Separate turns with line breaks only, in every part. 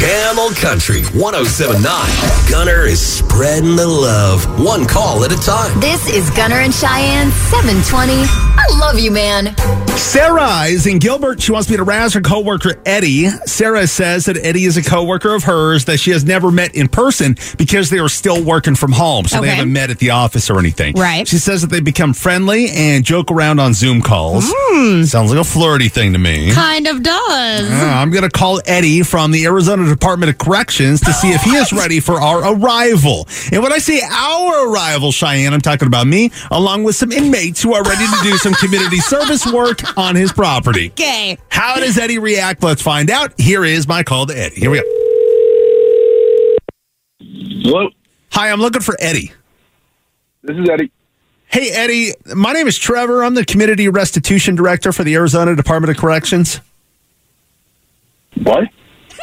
Camel Country 1079. Gunner is spreading the love one call at a time.
This is Gunner and Cheyenne 720. I love you, man.
Sarah is in Gilbert. She wants me to razz her coworker Eddie. Sarah says that Eddie is a coworker of hers that she has never met in person because they are still working from home, so they
Okay.
haven't met at the office or anything.
Right.
She says that they become friendly and joke around on Zoom calls.
Hmm.
Sounds like a flirty thing to me.
Kind of does.
Uh, I'm going to call Eddie from the Arizona Department of Corrections to see if he is ready for our arrival. And when I say our arrival, Cheyenne, I'm talking about me, along with some inmates who are ready to do some community service work on his property.
Okay.
How does Eddie react? Let's find out. Here is my call to Eddie. Here we go.
Hello,
Hi, I'm looking for Eddie.
this is Eddie.
Hey, Eddie, my name is Trevor. I'm the Community Restitution Director for the Arizona Department of Corrections.
What?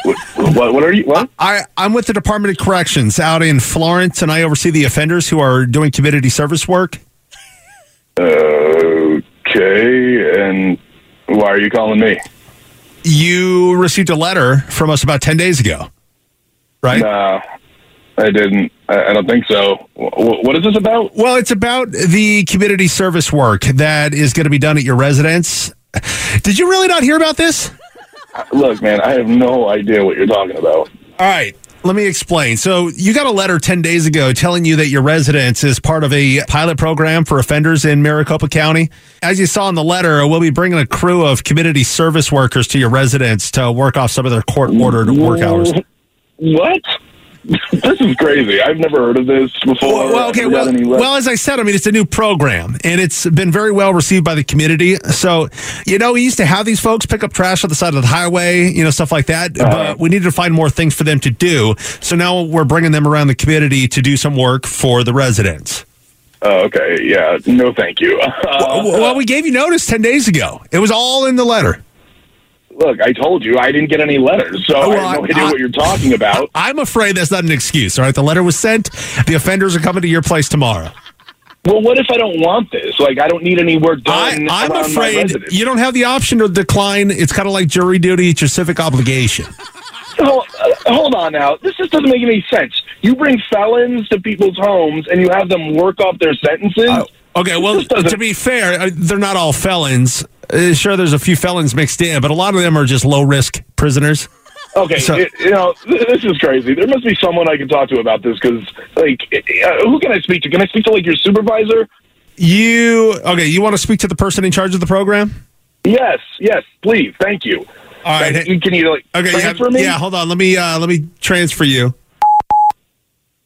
what? What? What are you? What?
I, I'm with the Department of Corrections out in Florence, and I oversee the offenders who are doing community service work.
Okay, and why are you calling me?
you received a letter from us about 10 days ago, right?
Nah, I didn't. I, I don't think so. Wh- what is this about?
Well, it's about the community service work that is going to be done at your residence. Did you really not hear about this?
Look, man, I have no idea what you're talking about.
All right. Let me explain. So, you got a letter 10 days ago telling you that your residence is part of a pilot program for offenders in Maricopa County. As you saw in the letter, we'll be bringing a crew of community service workers to your residence to work off some of their court ordered work hours.
What? this is crazy. I've never heard of this before.
Well, well, okay.
I've never
Well,
got any le-
well, as I said, I mean, it's a new program and it's been very well received by the community. So, you know, we used to have these folks pick up trash on the side of the highway, you know, stuff like that. But we needed to find more things for them to do. So now we're bringing them around the community to do some work for the residents.
oh, okay. Yeah. No, thank you. Uh,
well, we gave you notice 10 days ago. It was all in the letter.
look, I told you I didn't get any letters, so
Oh,
I
well,
have no
I-
idea
I-
what you're talking about.
I'm afraid that's not an excuse. All right. The letter was sent. The offenders are coming to your place tomorrow.
Well, what if I don't want this? Like, I don't need any work
I,
done.
I'm
around my
afraid
residence.
you don't have the option to decline. It's kind of like jury duty. It's your civic obligation.
Hold, uh, hold on now. This just doesn't make any sense. You bring felons to people's homes and you have them work off their sentences.
Uh, Okay, well, to be fair, uh, they're not all felons. Uh, sure, there's a few felons mixed in, but a lot of them are just low risk prisoners.
okay,
so-
it- you know th- this is crazy. There must be someone I can talk to about this because, like, uh, who can I speak to? Can I speak to like your supervisor?
You okay? You want to speak to the person in charge of the program?
Yes, yes, please. Thank you.
All right.
Like, you- can you like
Okay, yeah,
transfer me?
yeah. Hold on. Let me uh, let me transfer you.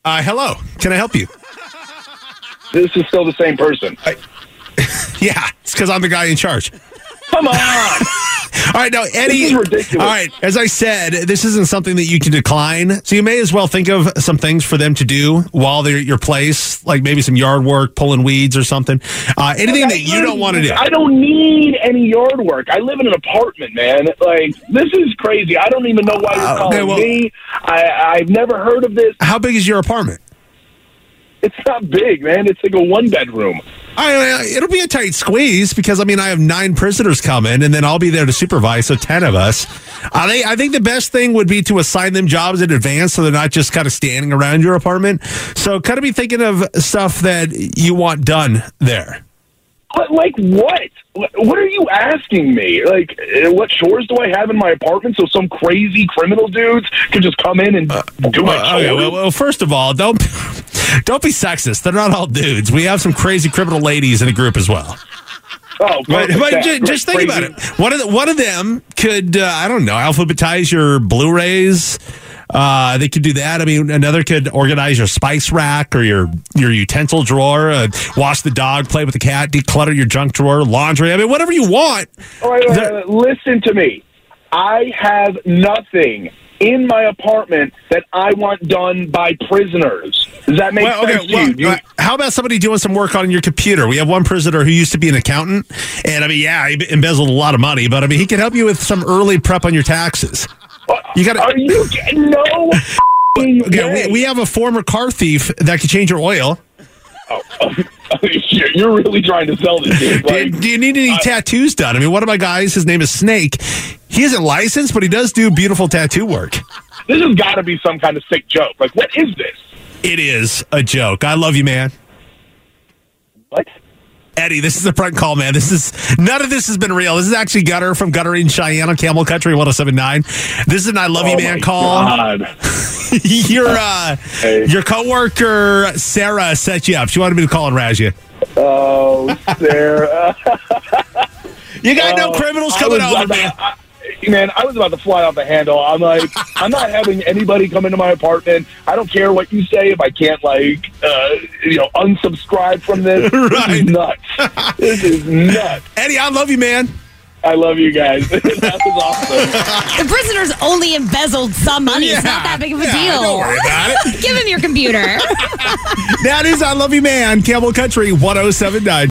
Uh, hello. Can I help you?
This is still the same person.
Yeah, it's because I'm the guy in charge.
Come on.
All right, now Eddie.
This is ridiculous.
All right, as I said, this isn't something that you can decline. So you may as well think of some things for them to do while they're at your place, like maybe some yard work, pulling weeds or something. Uh, anything that you don't want to do.
I don't need any yard work. I live in an apartment, man. Like this is crazy. I don't even know why you're
Uh,
calling
okay, well-
me. I, I've never heard of this.
How big is your apartment?
It's not big, man. It's like a one bedroom.
I, I- it'll be a tight squeeze because I mean I have nine prisoners coming, and then I'll be there to supervise, so ten of us. I think I think the best thing would be to assign them jobs in advance, so they're not just kind of standing around your apartment. So kind of be thinking of stuff that you want done there.
But like what? Wh- What are you asking me? Like eh, what chores do I have in my apartment so some crazy criminal dudes can just come in and do my
Uh, Well,
chores?
okay, well, well, first of all, don't don't be sexist. They're not all dudes. We have some crazy criminal ladies in the group as well.
oh,
But,
perfect.
but
That
ju- just think
crazy-
about it. One of the, one of them could uh, I don't know alphabetize your Blu-rays. Uh, they could do that. I mean, another could organize your spice rack or your your utensil drawer. Uh, wash the dog, play with the cat, declutter your junk drawer, laundry. I mean, whatever you want.
All right, all right,
The-
all right. listen to me. I have nothing in my apartment that I want done by prisoners. Does that make
Well,
sense
okay.
to
Well,
you? Do you?
uh, how about somebody doing some work on your computer? We have one prisoner who used to be an accountant, and I mean, yeah, he embezzled a lot of money, but I mean, he can help you with some early prep on your taxes. You got
Are
to.
you kidding? no? f***ing
Okay,
way.
we, we have a former car thief that could change your oil.
You're you're really trying to sell this, dude.
Do you,
Like,
do you need any tattoos done? I mean, one of my guys, his name is Snake. He isn't licensed, but he does do beautiful tattoo work.
this has got to be some kind of sick joke. Like, what is this?
It is a joke. I love you, man.
What?
Eddie, this is a prank call, man. This is none of this has been real. This is actually Gutter from Gutter in Cheyenne on Camel Country 1079. This is an I Love You
oh
Man
my
call.
God.
your uh
Hey.
your coworker Sarah set you up. She wanted me to call and razz you.
Oh, Sarah.
You got no criminals coming
Oh, Uh, I was
over,
about-
man.
I- I- Man, I was about to fly off the handle. I'm like, I'm not having anybody come into my apartment. I don't care what you say if I can't like, uh, you know, unsubscribe from this. This
Right.
is nuts. this is nuts.
Eddie, I love you, man.
I love you guys. that was awesome.
The prisoner's only embezzled some money. It's not that big of a
Yeah,
deal.
Don't worry about it.
Give him your computer.
oh that is I Love You Man, Camel Country 1079.